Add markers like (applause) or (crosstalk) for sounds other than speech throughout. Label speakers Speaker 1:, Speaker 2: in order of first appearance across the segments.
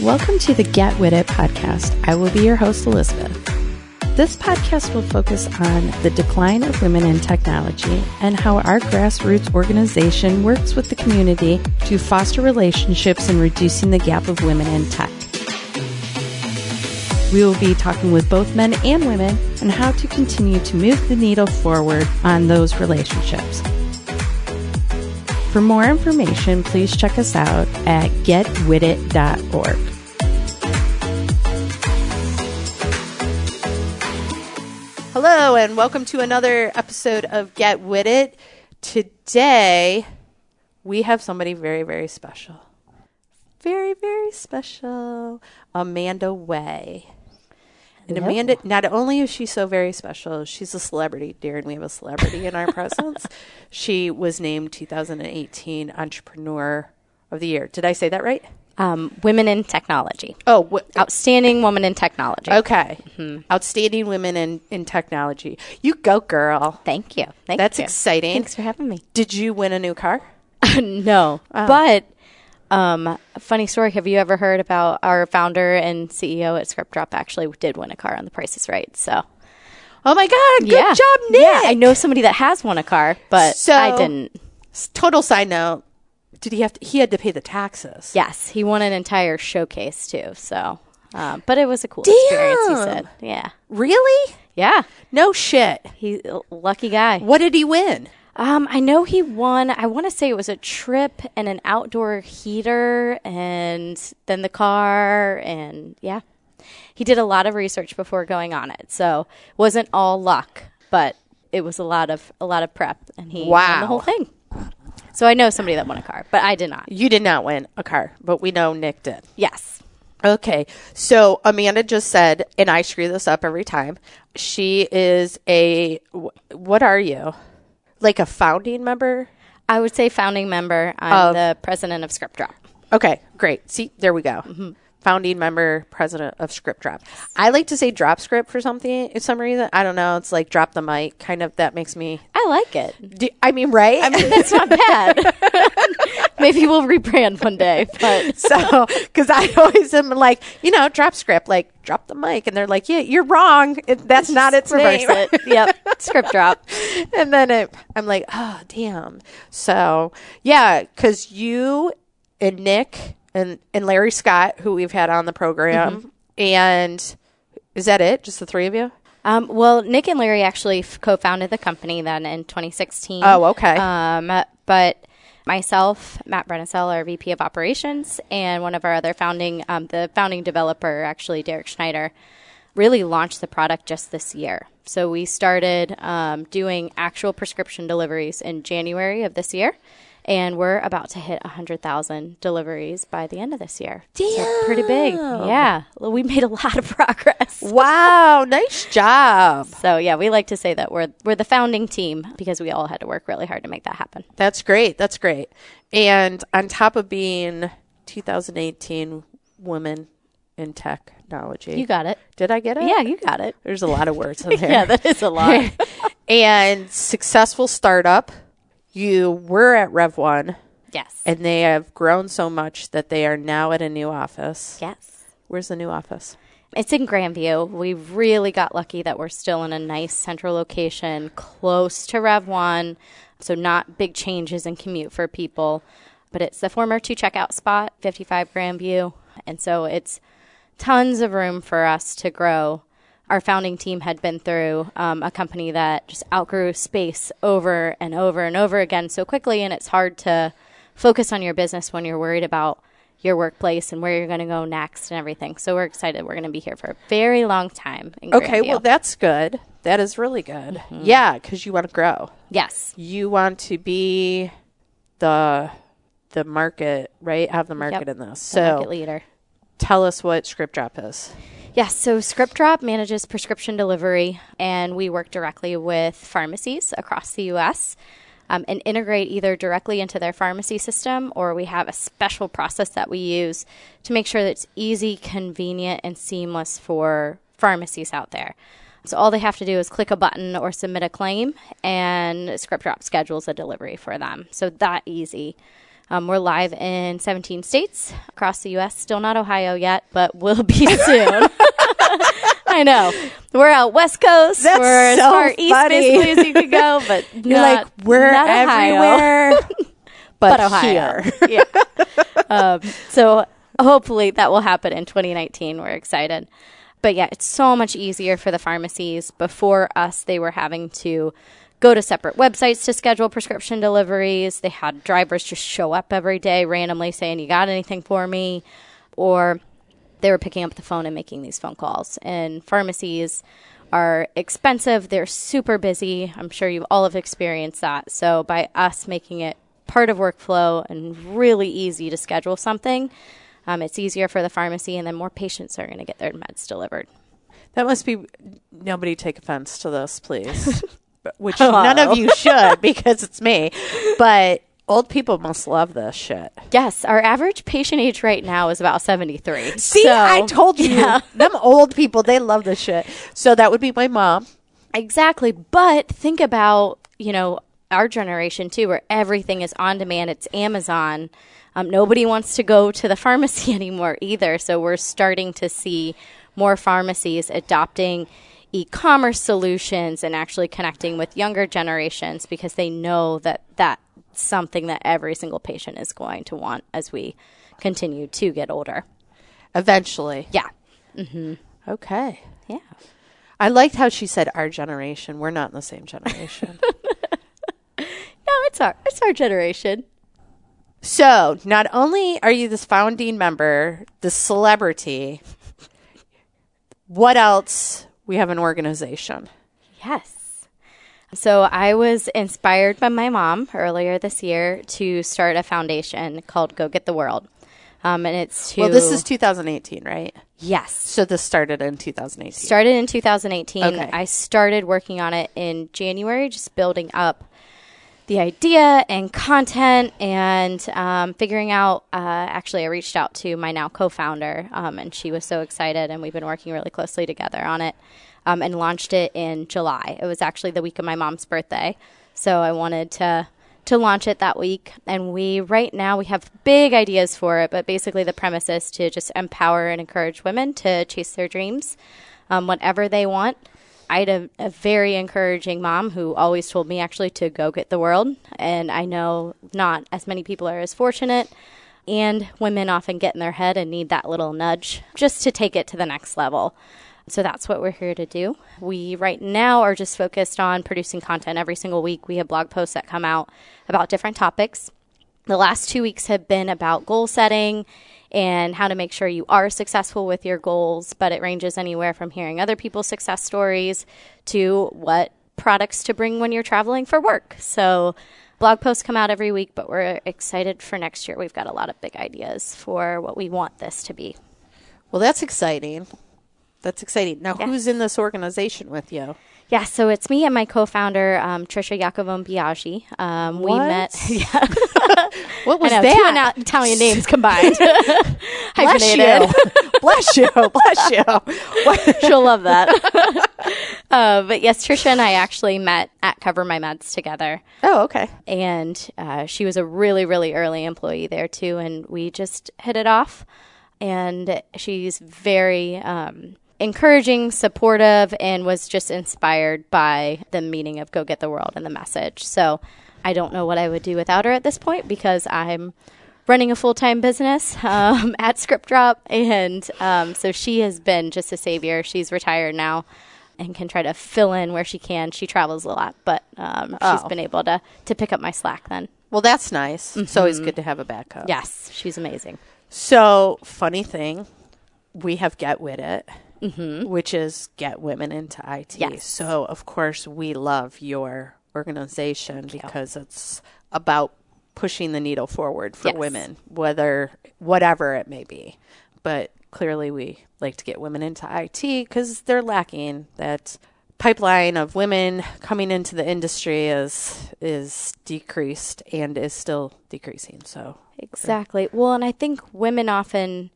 Speaker 1: Welcome to the Get With It podcast. I will be your host, Elizabeth. This podcast will focus on the decline of women in technology and how our grassroots organization works with the community to foster relationships and reducing the gap of women in tech. We will be talking with both men and women on how to continue to move the needle forward on those relationships. For more information, please check us out at getwithit.org. Hello, and welcome to another episode of Get With It. Today, we have somebody very, very special. Very, very special. Amanda Way. And
Speaker 2: Hello.
Speaker 1: Amanda, not only is she so very special, she's a celebrity, dear, and we have a celebrity in our presence. She was named 2018 Entrepreneur of the Year. Did I say that right?
Speaker 2: um, women in technology.
Speaker 1: Oh, wh-
Speaker 2: Outstanding woman in technology.
Speaker 1: okay. Outstanding women in, in technology. You go, girl.
Speaker 2: Thank you. Thank
Speaker 1: That's
Speaker 2: you.
Speaker 1: exciting.
Speaker 2: Thanks for having me.
Speaker 1: Did you win a new car? (laughs)
Speaker 2: (laughs) no, but um, funny story. Have you ever heard about our founder and CEO at Script Drop? Actually, did win a car on The Price Is Right. So
Speaker 1: Oh my God! Good
Speaker 2: yeah,
Speaker 1: job, Nick.
Speaker 2: Yeah, I know somebody that has won a car, but
Speaker 1: So-
Speaker 2: I didn't.
Speaker 1: S- Total side note: Did he have to? He had to pay the taxes.
Speaker 2: Yes, he won an entire showcase too. So, um, but it was a cool experience. He said, "Yeah,
Speaker 1: Really?
Speaker 2: yeah,
Speaker 1: No shit.
Speaker 2: he's a lucky guy."
Speaker 1: What did he win?
Speaker 2: Um, I know he won. I want to say it was a trip and an outdoor heater, and then the car, and yeah, he did a lot of research before going on it. So wasn't all luck, but it was a lot of a lot of prep, and he won
Speaker 1: Wow.
Speaker 2: the whole thing. So I know somebody that won a car, but I did not.
Speaker 1: You did not win a car, but we know Nick did.
Speaker 2: Yes,
Speaker 1: Okay. So Amanda just said, and I screw this up every time. She is a, wh- what are you? Like a founding member?
Speaker 2: I would say founding member. I'm the president of Script Drop.
Speaker 1: Okay, great. See, there we go. Founding member, president of Script Drop. I like to say drop script for something, for some reason. I don't know. It's like drop the mic, kind of. That makes me,
Speaker 2: I like it.
Speaker 1: do, I mean, right?
Speaker 2: That's not bad. (laughs) Maybe we'll rebrand one day,
Speaker 1: (laughs)
Speaker 2: but
Speaker 1: so, because I always am like, you know, drop script, like drop the mic. And they're like, yeah, you're wrong. It, that's not its
Speaker 2: reverse
Speaker 1: name.
Speaker 2: it. Yep, Script
Speaker 1: (laughs)
Speaker 2: Drop.
Speaker 1: and then it, I'm like, oh, damn. So, yeah, because you and Nick and, and Larry Scott, who we've had on the program, and is that it? Just the three of you?
Speaker 2: Um, well, Nick and Larry actually f- co-founded the company then in 2016.
Speaker 1: Oh, okay.
Speaker 2: Um, but myself, Matt Brenesel, our VP of Operations, and one of our other founding, um, the founding developer, actually Derek Schneider, really launched the product just this year. So we started um, doing actual prescription deliveries in January of this year. And we're about to hit 100,000 deliveries by the end of this year. So pretty big. Yeah. We made a lot of (laughs) progress.
Speaker 1: Wow, nice job.
Speaker 2: So yeah, we like to say that we're we're the founding team because we all had to work really hard to make that happen.
Speaker 1: That's great. That's great. And on top of being 2018 Women in Technology.
Speaker 2: You got it.
Speaker 1: Did I get it?
Speaker 2: Yeah, you got it.
Speaker 1: There's a lot of words
Speaker 2: (laughs)
Speaker 1: in there.
Speaker 2: Yeah,
Speaker 1: (laughs)
Speaker 2: that is a lot.
Speaker 1: and successful startup. You were at Rev One,
Speaker 2: (laughs) yes.
Speaker 1: and they have grown so much that they are now at a new office.
Speaker 2: yes.
Speaker 1: Where's the new office?
Speaker 2: It's in Grandview. We really got lucky that we're still in a nice central location close to Rev 1, so not big changes in commute for people. But it's the former two checkout spot, 55 Grandview. And so it's tons of room for us to grow. Our founding team had been through um, a company that just outgrew space over and over and over again so quickly, and it's hard to focus on your business when you're worried about your workplace and where you're going to go next and everything. So we're excited. We're going to be here for a very long time. In
Speaker 1: Okay,
Speaker 2: Grandview.
Speaker 1: well that's good. That is really good.
Speaker 2: Mm-hmm.
Speaker 1: Yeah, because you want to grow.
Speaker 2: yes,
Speaker 1: You want to be the the market, right? Have the market in this.
Speaker 2: The market
Speaker 1: So
Speaker 2: leader.
Speaker 1: tell us what Script Drop is.
Speaker 2: Yes, so Script Drop manages prescription delivery, and we work directly with pharmacies across the U.S. um, and integrate either directly into their pharmacy system or we have a special process that we use to make sure that it's easy, convenient, and seamless for pharmacies out there. So all they have to do is click a button or submit a claim, and Script Drop schedules a delivery for them. So that easy. Um, we're live in 17 states across the U.S. Still not Ohio yet, but will be (laughs) soon. I know. We're out West Coast.
Speaker 1: That's
Speaker 2: we're
Speaker 1: so
Speaker 2: as far east
Speaker 1: funny.
Speaker 2: basically as you could go, but
Speaker 1: (laughs) You're
Speaker 2: not-
Speaker 1: like, we're
Speaker 2: not Ohio (laughs)
Speaker 1: everywhere, (laughs) but,
Speaker 2: but Ohio.
Speaker 1: here.
Speaker 2: yeah. Um, so hopefully that will happen in 2019. We're excited. But yeah, it's so much easier for the pharmacies. Before us, they were having to go to separate websites to schedule prescription deliveries. They had drivers just show up every day randomly saying, You got anything for me? Or they were picking up the phone and making these phone calls. And pharmacies are expensive, they're super busy. I'm sure you all have experienced that. So, by us making it part of workflow and really easy to schedule something, um, it's easier for the pharmacy, and then more patients are going to get their meds delivered.
Speaker 1: (laughs) That must be. Nobody take offense to this, please. (laughs) But- Which
Speaker 2: Hello.
Speaker 1: none of you (laughs) should because it's me. But old people must love this shit.
Speaker 2: Yes, our average patient age right now is about 73.
Speaker 1: See,
Speaker 2: So-
Speaker 1: I told you. (laughs) Them old people, they love this shit. So that would be my mom.
Speaker 2: Exactly. But think about, you know, our generation too, where everything is on demand. It's Amazon. Um, nobody wants to go to the (laughs) pharmacy anymore either. So we're starting to see more pharmacies adopting e commerce solutions and actually connecting with younger generations because they know that that's something that every single patient is going to want as we continue to get older.
Speaker 1: Eventually.
Speaker 2: Yeah.
Speaker 1: Okay.
Speaker 2: Yeah.
Speaker 1: I liked how she said our generation. We're not in the same generation.
Speaker 2: No, it's our it's our generation.
Speaker 1: so not only are you this founding member, the celebrity, what else? We have an organization.
Speaker 2: Yes. So I was inspired by my mom earlier this year to start a foundation called Go Get the World. Um, and it's to
Speaker 1: Well, this is 2018, right?
Speaker 2: yes.
Speaker 1: So this started in 2018.
Speaker 2: Started in 2018.
Speaker 1: Okay.
Speaker 2: I started working on it in January, just building up the idea and content and um, figuring out. Uh, actually, I reached out to my now co founder, um, and she was so excited, and we've been working really closely together on it um, and launched it in July. It was actually the week of my mom's birthday. So I wanted to. To launch it that week, and we right now we have big ideas for it, but basically the premise is to just empower and encourage women to chase their dreams, um, whatever they want. I had a, a very encouraging mom who always told me actually to go get the world. And I know not as many people are as fortunate. And women often get in their head and need that little nudge just to take it to the next level. So that's what we're here to do. We right now are just focused on producing content every single week. We have blog posts that come out about different topics. The last two weeks have been about goal setting and how to make sure you are successful with your goals, but it ranges anywhere from hearing other people's success stories to what products to bring when you're traveling for work. So, blog posts come out every week, but we're excited for next year. We've got a lot of big ideas for what we want this to be.
Speaker 1: Well, that's exciting. That's exciting. Now,
Speaker 2: Yeah.
Speaker 1: who's in this organization with you?
Speaker 2: Yeah, so it's me and my co-founder um, Trisha Yakovon Biaggi. Um, we
Speaker 1: What?
Speaker 2: met. (laughs) Yeah,
Speaker 1: What
Speaker 2: I
Speaker 1: was
Speaker 2: know, two
Speaker 1: that?
Speaker 2: Ina- Italian names
Speaker 1: (laughs)
Speaker 2: combined. (laughs)
Speaker 1: Bless
Speaker 2: Hyphenated.
Speaker 1: you. (laughs) Bless you. Bless (laughs) you. What?
Speaker 2: She'll love that. uh, but yes, Trisha and I actually met at Cover My Meds together.
Speaker 1: Oh, okay.
Speaker 2: And uh, she was a really, really early employee there too. And we just hit it off. And she's very um, encouraging, supportive, and was just inspired by the meaning of Go Get the World and the message. So I don't know what I would do without her at this point because I'm running a full time business (laughs) um, at Script Drop. And um, so she has been just a savior. She's retired now and can try to fill in where she can. She travels a lot, but um, she's
Speaker 1: Oh.
Speaker 2: been able to, to pick up my slack then.
Speaker 1: Well, that's nice. It's always good to have a backup.
Speaker 2: Yes, she's amazing.
Speaker 1: So, funny thing, we have Get With It, which is get women into IT.
Speaker 2: Mm-hmm. Yes.
Speaker 1: So, of course, we love your organization because it's about pushing the needle forward for
Speaker 2: Yes.
Speaker 1: women, whether whatever it may be. But clearly, we like to get women into IT because they're lacking that pipeline of women coming into the industry is is decreased and is still decreasing. So,
Speaker 2: Exactly. Well, and I think women often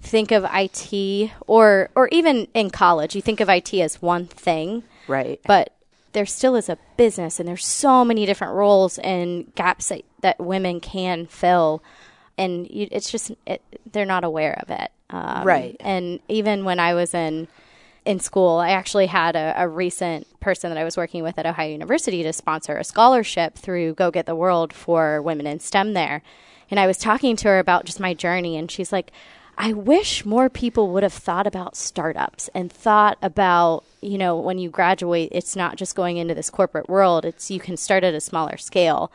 Speaker 2: think of IT or or even in college, you think of IT as one thing,
Speaker 1: right.
Speaker 2: but there still is a business and there's so many different roles and gaps that, that women can fill and you, it's just it, they're not aware of it um,
Speaker 1: Right.
Speaker 2: and even when i was in in school i actually had a, a recent person that i was working with at ohio university to sponsor a scholarship through go get the world for women in stem there and i was talking to her about just my journey and she's like i wish more people would have thought about startups and thought about you know when you graduate it's not just going into this corporate world it's you can start at a smaller scale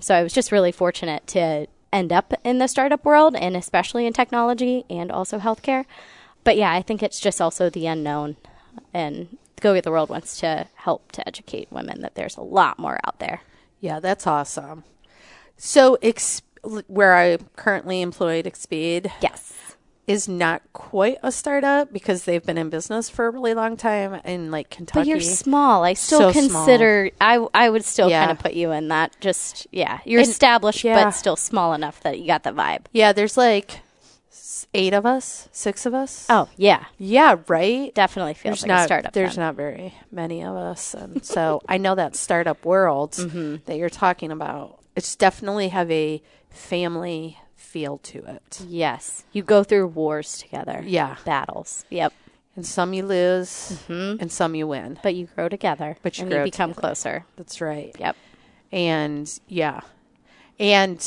Speaker 2: so I was just really fortunate to end up in the startup world and especially in technology and also healthcare. But yeah, I think it's just also the unknown. And Go Get the World wants to help to educate women that there's a lot more out there.
Speaker 1: Yeah, that's awesome. So, ex- where I currently employed, Expeed
Speaker 2: Yes.
Speaker 1: is not quite a startup because they've been in business for a really long time in like Kentucky.
Speaker 2: But you're small. I still
Speaker 1: So small.
Speaker 2: consider I I would still
Speaker 1: Yeah.
Speaker 2: kind of put you in that just yeah. You're
Speaker 1: And-
Speaker 2: established
Speaker 1: yeah.
Speaker 2: but still small enough that you got the vibe.
Speaker 1: yeah, there's like s- eight of us, six of us.
Speaker 2: Oh, yeah.
Speaker 1: yeah, right.
Speaker 2: Definitely
Speaker 1: There's
Speaker 2: feels like
Speaker 1: not
Speaker 2: a startup.
Speaker 1: there's
Speaker 2: then.
Speaker 1: not very many of us, and so I know that startup
Speaker 2: (laughs)
Speaker 1: world
Speaker 2: Mm-hmm.
Speaker 1: that you're talking about. It's definitely have a family feel to it,
Speaker 2: Mm. Yes. You go through wars together.
Speaker 1: Yeah.
Speaker 2: Battles. Yep.
Speaker 1: and some you lose,
Speaker 2: Mm-hmm.
Speaker 1: and some you win.
Speaker 2: But you grow together.
Speaker 1: But you
Speaker 2: and
Speaker 1: grow
Speaker 2: you become closer.
Speaker 1: That's right.
Speaker 2: Yep.
Speaker 1: And yeah. And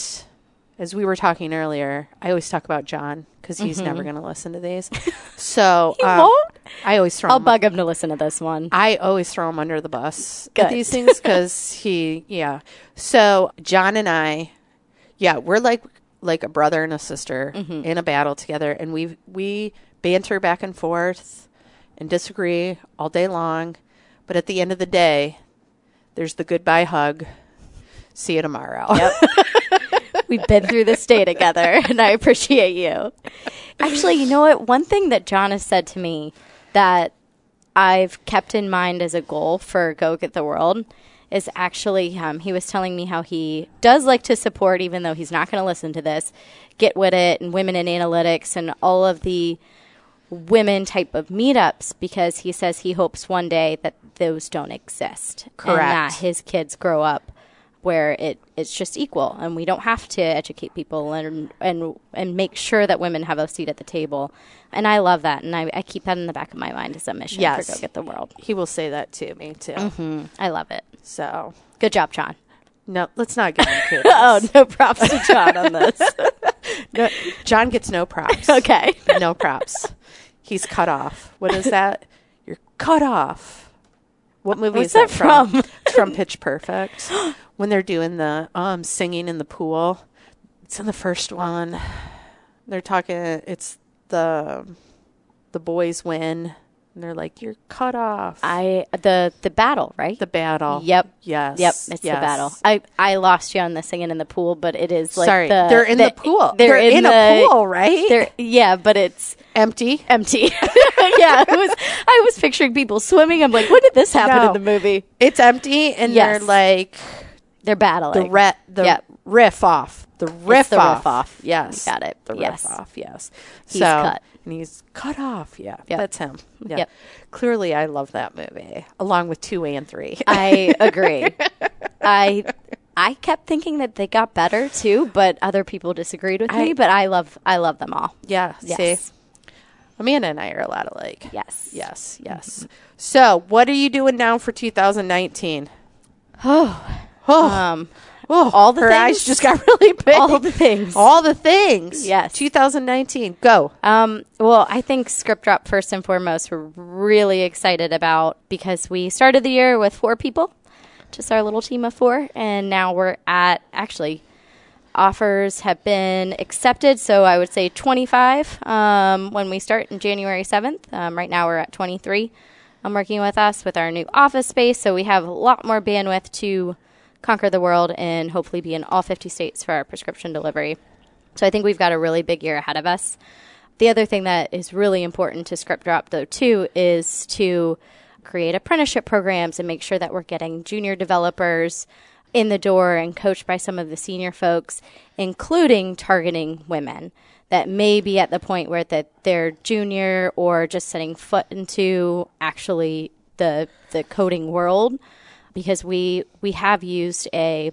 Speaker 1: as we were talking earlier, I always talk about John because he's never going to listen to these.
Speaker 2: (laughs)
Speaker 1: So um,
Speaker 2: Mm-hmm. won't?
Speaker 1: I always throw
Speaker 2: I'll
Speaker 1: him,
Speaker 2: bug him to listen to this one.
Speaker 1: I always throw him under the bus at
Speaker 2: Good.
Speaker 1: these things
Speaker 2: (laughs)
Speaker 1: because he yeah. So John and I, yeah, we're like like a brother and a sister
Speaker 2: Mm-hmm.
Speaker 1: in a battle together, and we we banter back and forth and disagree all day long, but at the end of the day, there's the goodbye hug. See you tomorrow.
Speaker 2: We've been through this day together, (laughs) and I appreciate you. Actually, you know what? One thing that John has said to me that I've kept in mind as a goal for Go Get the World is actually um, he was telling me how he does like to support, even though he's not going to listen to this, Get With It and Women in Analytics and all of the women type of meetups because he says he hopes one day that those don't exist.
Speaker 1: Correct.
Speaker 2: And that his kids grow up where it, it's just equal and we don't have to educate people and, and, and make sure that women have a seat at the table. And I love that. And I, I keep that in the back of my mind as a mission
Speaker 1: Yes.
Speaker 2: for Go Get the World.
Speaker 1: (laughs) He will say that to me too.
Speaker 2: I love it.
Speaker 1: So
Speaker 2: Good
Speaker 1: (laughs)
Speaker 2: job, John.
Speaker 1: no, let's not give him
Speaker 2: (laughs)
Speaker 1: kudos.
Speaker 2: Oh, no props to John on this.
Speaker 1: No, John gets no props.
Speaker 2: (laughs) okay.
Speaker 1: no props. He's cut off. What is that? You're cut off. What movie is
Speaker 2: What's
Speaker 1: that,
Speaker 2: that
Speaker 1: from?
Speaker 2: from?
Speaker 1: It's from Pitch Perfect.
Speaker 2: (gasps)
Speaker 1: when they're doing the um singing in the pool. It's in the first one. They're talking it's the the boys win and they're like, You're cut off.
Speaker 2: I the the battle, right?
Speaker 1: the battle.
Speaker 2: Yep.
Speaker 1: Yes.
Speaker 2: Yep, it's the
Speaker 1: yes.
Speaker 2: battle. I, I lost you on the singing in the pool, but it is like
Speaker 1: Sorry.
Speaker 2: the-
Speaker 1: they're in the, pool.
Speaker 2: They're, in,
Speaker 1: a
Speaker 2: the-
Speaker 1: pool, right?
Speaker 2: They're yeah, but it's
Speaker 1: empty.
Speaker 2: empty. (laughs) yeah, it was. I was picturing people swimming. I'm like, when did this happen
Speaker 1: No.
Speaker 2: in the movie?
Speaker 1: It's empty and
Speaker 2: Yes.
Speaker 1: they're like
Speaker 2: They're
Speaker 1: the
Speaker 2: battling.
Speaker 1: re- the
Speaker 2: Yep.
Speaker 1: riff off. The riff
Speaker 2: the riff
Speaker 1: off.
Speaker 2: off.
Speaker 1: Yes.
Speaker 2: You got it.
Speaker 1: The
Speaker 2: Yes.
Speaker 1: riff off, yes.
Speaker 2: He's
Speaker 1: so
Speaker 2: cut.
Speaker 1: and he's cut off, yeah.
Speaker 2: Yep.
Speaker 1: That's him. Yeah.
Speaker 2: Yep.
Speaker 1: Clearly I love that movie. Along with two and
Speaker 2: (laughs)
Speaker 1: three.
Speaker 2: I (laughs) agree. I I kept thinking that they got better too, but other people disagreed with me. But I love I love them all.
Speaker 1: yeah.
Speaker 2: Yes.
Speaker 1: See? Amanda and I are a lot alike.
Speaker 2: Yes. Mm-hmm.
Speaker 1: Yes, yes. So what are you doing now for two thousand
Speaker 2: (sighs)
Speaker 1: nineteen? (sighs) Oh,
Speaker 2: Um.
Speaker 1: oh,
Speaker 2: all the
Speaker 1: her eyes
Speaker 2: things?
Speaker 1: just got (laughs) really big.
Speaker 2: All the things.
Speaker 1: All the things.
Speaker 2: Yes.
Speaker 1: 2019. Go.
Speaker 2: Um, well, I think Script Drop, first and foremost, we're really excited about because we started the year with four people, just our little team of four, and now we're at actually offers have been accepted. So I would say 25 um, when we start in January 7th. Um, right now we're at 23. I'm working with us with our new office space, so we have a lot more bandwidth to conquer the world and hopefully be in all 50 states for our prescription delivery. So I think we've got a really big year ahead of us. The other thing that is really important to Script Drop, though, too, is to create apprenticeship programs and make sure that we're getting junior developers in the door and coached by some of the senior folks, including targeting women that may be at the point where that they're junior or just setting foot into actually the the coding world because we we have used a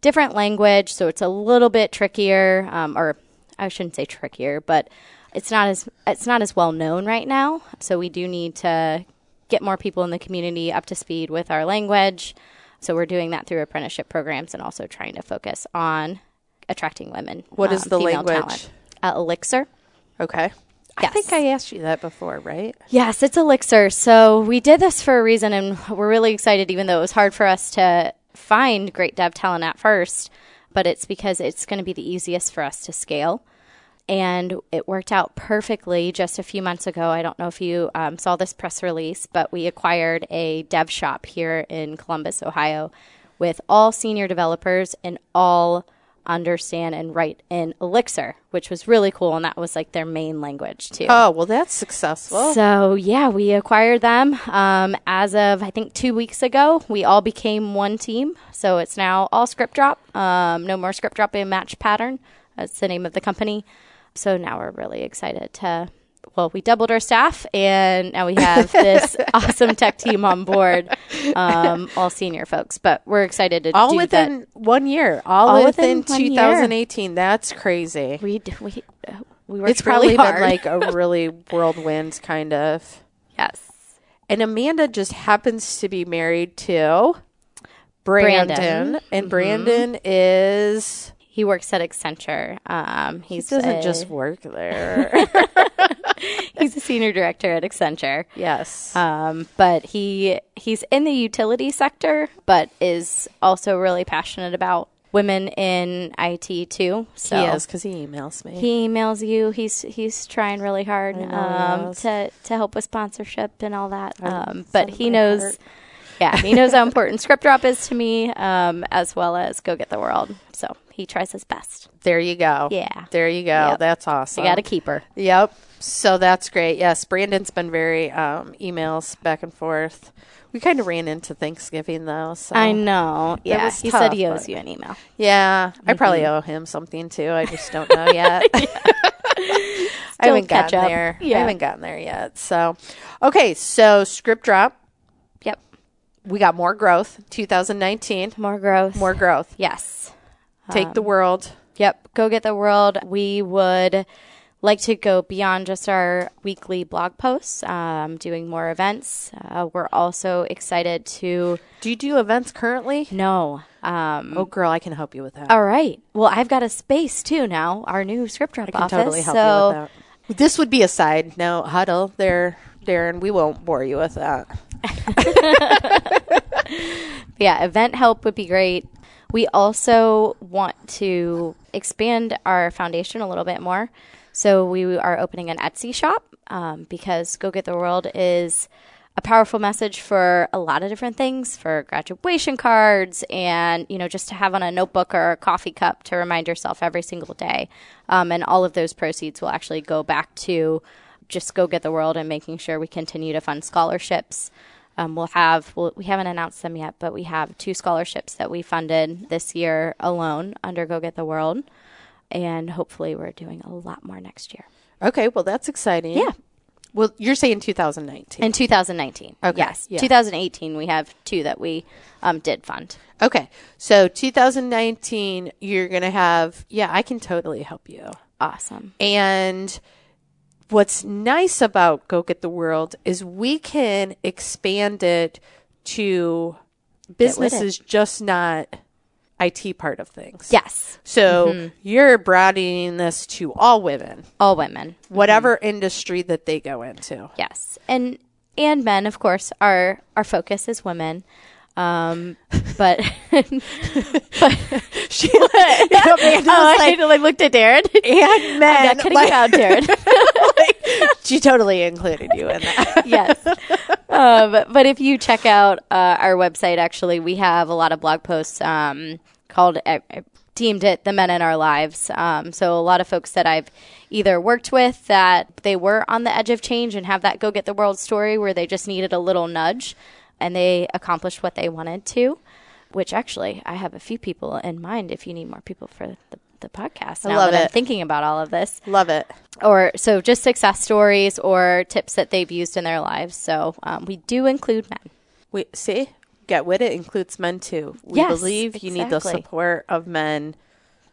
Speaker 2: different language, so it's a little bit trickier, um, or I shouldn't say trickier, but it's not as it's not as well known right now. So we do need to get more people in the community up to speed with our language. So we're doing that through apprenticeship programs and also trying to focus on attracting women. um,
Speaker 1: What is the
Speaker 2: female
Speaker 1: language?
Speaker 2: Uh, Elixir.
Speaker 1: Okay. I
Speaker 2: Yes.
Speaker 1: think I asked you that before, right?
Speaker 2: Yes, it's Elixir. So we did this for a reason, and we're really excited, even though it was hard for us to find great dev talent at first. But it's because it's going to be the easiest for us to scale. And it worked out perfectly just a few months ago. I don't know if you um, saw this press release, but we acquired a dev shop here in Columbus, Ohio, with all senior developers and all understand and write in Elixir, which was really cool. And that was like their main language, too.
Speaker 1: Oh, well, that's successful.
Speaker 2: So yeah, we acquired them um, as of I think two weeks ago. We all became one team, so it's now all script drop. Um, no more script drop in match pattern. That's the name of the company. So now we're really excited to. Well, we doubled our staff, and now we
Speaker 1: (laughs)
Speaker 2: have this awesome tech team on board, um, all senior folks. But we're excited to
Speaker 1: all
Speaker 2: do
Speaker 1: within
Speaker 2: that.
Speaker 1: one year. All,
Speaker 2: All
Speaker 1: within,
Speaker 2: within one year.
Speaker 1: 2018. That's crazy.
Speaker 2: We d- we uh, we worked
Speaker 1: It's probably
Speaker 2: really hard.
Speaker 1: been like
Speaker 2: (laughs)
Speaker 1: a really whirlwind kind of.
Speaker 2: yes,
Speaker 1: And Amanda just happens to be married to Brandon,
Speaker 2: Brandon. Mm-hmm.
Speaker 1: and Brandon is
Speaker 2: he works at Accenture. Um,
Speaker 1: he
Speaker 2: he's
Speaker 1: doesn't
Speaker 2: a-
Speaker 1: just work
Speaker 2: (laughs)
Speaker 1: there.
Speaker 2: he's a senior director at Accenture.
Speaker 1: yes.
Speaker 2: Um, but he he's in the utility sector, but is also really passionate about women in IT too. So
Speaker 1: he is because he emails me.
Speaker 2: he emails you. He's he's trying really hard um, to to help with sponsorship and all that. Um, but he
Speaker 1: my
Speaker 2: knows,
Speaker 1: heart.
Speaker 2: yeah, he knows how important script drop is to me, um, as well as go get the world. So he tries his best.
Speaker 1: there you go.
Speaker 2: Yeah.
Speaker 1: There you go.
Speaker 2: Yep.
Speaker 1: That's awesome.
Speaker 2: You got to keep her.
Speaker 1: Yep. So that's great. Yes, Brandon's been very um, emails back and forth. We kind of ran into Thanksgiving though. So
Speaker 2: I know. Yeah,
Speaker 1: was
Speaker 2: he
Speaker 1: tough,
Speaker 2: said he
Speaker 1: but-
Speaker 2: owes you an email.
Speaker 1: yeah, I probably owe him something too. I just don't know (laughs) yet. I haven't
Speaker 2: catch
Speaker 1: gotten
Speaker 2: up.
Speaker 1: there. I
Speaker 2: Yeah.
Speaker 1: haven't gotten there yet. So, okay. So script drop.
Speaker 2: Yep.
Speaker 1: We got more growth. 2019.
Speaker 2: More growth.
Speaker 1: More growth.
Speaker 2: Yes.
Speaker 1: Take the world.
Speaker 2: Yep. Go get the world. We would like to go beyond just our weekly blog posts, um, doing more events. Uh, we're also excited to
Speaker 1: Do you do events currently?
Speaker 2: know. Um,
Speaker 1: Oh, girl, I can help you with that.
Speaker 2: all right. Well, I've got a space too now. Our new script drop
Speaker 1: I can
Speaker 2: office.
Speaker 1: totally help
Speaker 2: so
Speaker 1: you with that. This would be a side note huddle there, Darren. We won't bore you with that.
Speaker 2: yeah, event help would be great. We also want to expand our foundation a little bit more. So we are opening an Etsy shop um, because Go Get the World is a powerful message for a lot of different things, for graduation cards, and you know just to have on a notebook or a coffee cup to remind yourself every single day. Um, and all of those proceeds will actually go back to just Go Get the World and making sure we continue to fund scholarships. Um, we'll have we'll, we haven't announced them yet, but we have two scholarships that we funded this year alone under Go Get the World, and hopefully we're doing a lot more next year
Speaker 1: Okay, well, that's exciting.
Speaker 2: Yeah.
Speaker 1: Well, you're saying 2019.
Speaker 2: in 2019.
Speaker 1: Okay,
Speaker 2: yes,
Speaker 1: yeah.
Speaker 2: 2018 we have two that we um, did fund.
Speaker 1: okay, so 2019, you're going to have, yeah, I can totally help you.
Speaker 2: Awesome.
Speaker 1: And what's nice about Go Get the World is we can expand it to businesses, just not IT part of things.
Speaker 2: Yes,
Speaker 1: So you're broadening this to all women,
Speaker 2: all women.
Speaker 1: whatever industry that they go into.
Speaker 2: Yes, and and men, of course. Our our focus is women, um, but
Speaker 1: (laughs)
Speaker 2: (laughs)
Speaker 1: She Amanda's like,
Speaker 2: Oh, I looked at Darren.
Speaker 1: and
Speaker 2: I'm
Speaker 1: men.
Speaker 2: not kidding
Speaker 1: Like,
Speaker 2: about Darren.
Speaker 1: she totally included you in that.
Speaker 2: (laughs) yes. Um, but if you check out uh, our website, actually, we have a lot of blog posts um, called I, I deemed it "The Men in Our Lives." Um, so a lot of folks that I've either worked with that they were on the edge of change and have that go get the world story where they just needed a little nudge, and they accomplished what they wanted to. Which actually, I have a few people in mind. If you need more people for the, the podcast, now
Speaker 1: love
Speaker 2: that I'm
Speaker 1: it.
Speaker 2: thinking about all of this
Speaker 1: Love it.
Speaker 2: or so just success stories or tips that they've used in their lives. So um, we do include men.
Speaker 1: We see Get With It includes men too. We
Speaker 2: Yes,
Speaker 1: believe you need the
Speaker 2: exactly.
Speaker 1: support of men.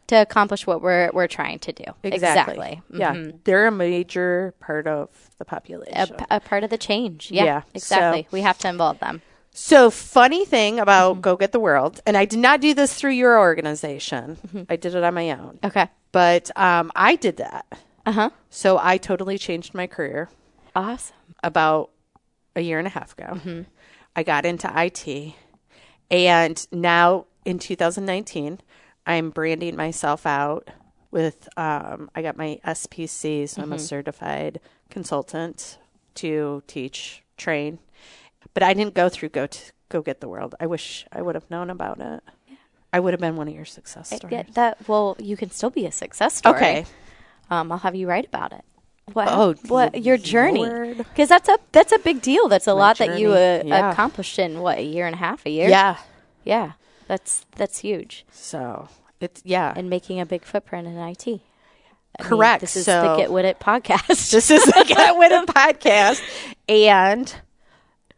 Speaker 2: to accomplish what we're we're trying to do. Exactly.
Speaker 1: Yeah.
Speaker 2: Mhm.
Speaker 1: They're a major part of the population.
Speaker 2: A, p- a part of the change. Yeah.
Speaker 1: Yeah, so-
Speaker 2: Exactly. We have to involve them.
Speaker 1: So, funny thing about
Speaker 2: Mm-hmm.
Speaker 1: Go Get the World, and I did not do this through your organization,
Speaker 2: Mm-hmm.
Speaker 1: I did it on my own.
Speaker 2: Okay.
Speaker 1: But um, I did that.
Speaker 2: Uh huh.
Speaker 1: So, I totally changed my career
Speaker 2: Awesome.
Speaker 1: about a year and a half ago. I got into IT. And now in 2019, I'm branding myself out with, um, I got my SPC, so I'm a certified consultant to teach, train. But I didn't go through Go to Go Get the World. I wish I would have known about it. I would have been one of your success stories.
Speaker 2: Yeah, that well, you can still be a success story.
Speaker 1: Okay.
Speaker 2: Um, I'll have you write about it. What?
Speaker 1: Oh,
Speaker 2: what your journey?
Speaker 1: Lord.
Speaker 2: Because that's a that's a big deal. That's a lot that you uh,
Speaker 1: journey, yeah.
Speaker 2: accomplished in what a year and a half, a year.
Speaker 1: Yeah.
Speaker 2: Yeah. That's that's huge.
Speaker 1: So it's, yeah.
Speaker 2: And making a big footprint in IT. I mean,
Speaker 1: Correct.
Speaker 2: this is the
Speaker 1: So-
Speaker 2: Get With It podcast.
Speaker 1: This (laughs) is the Get With It podcast. And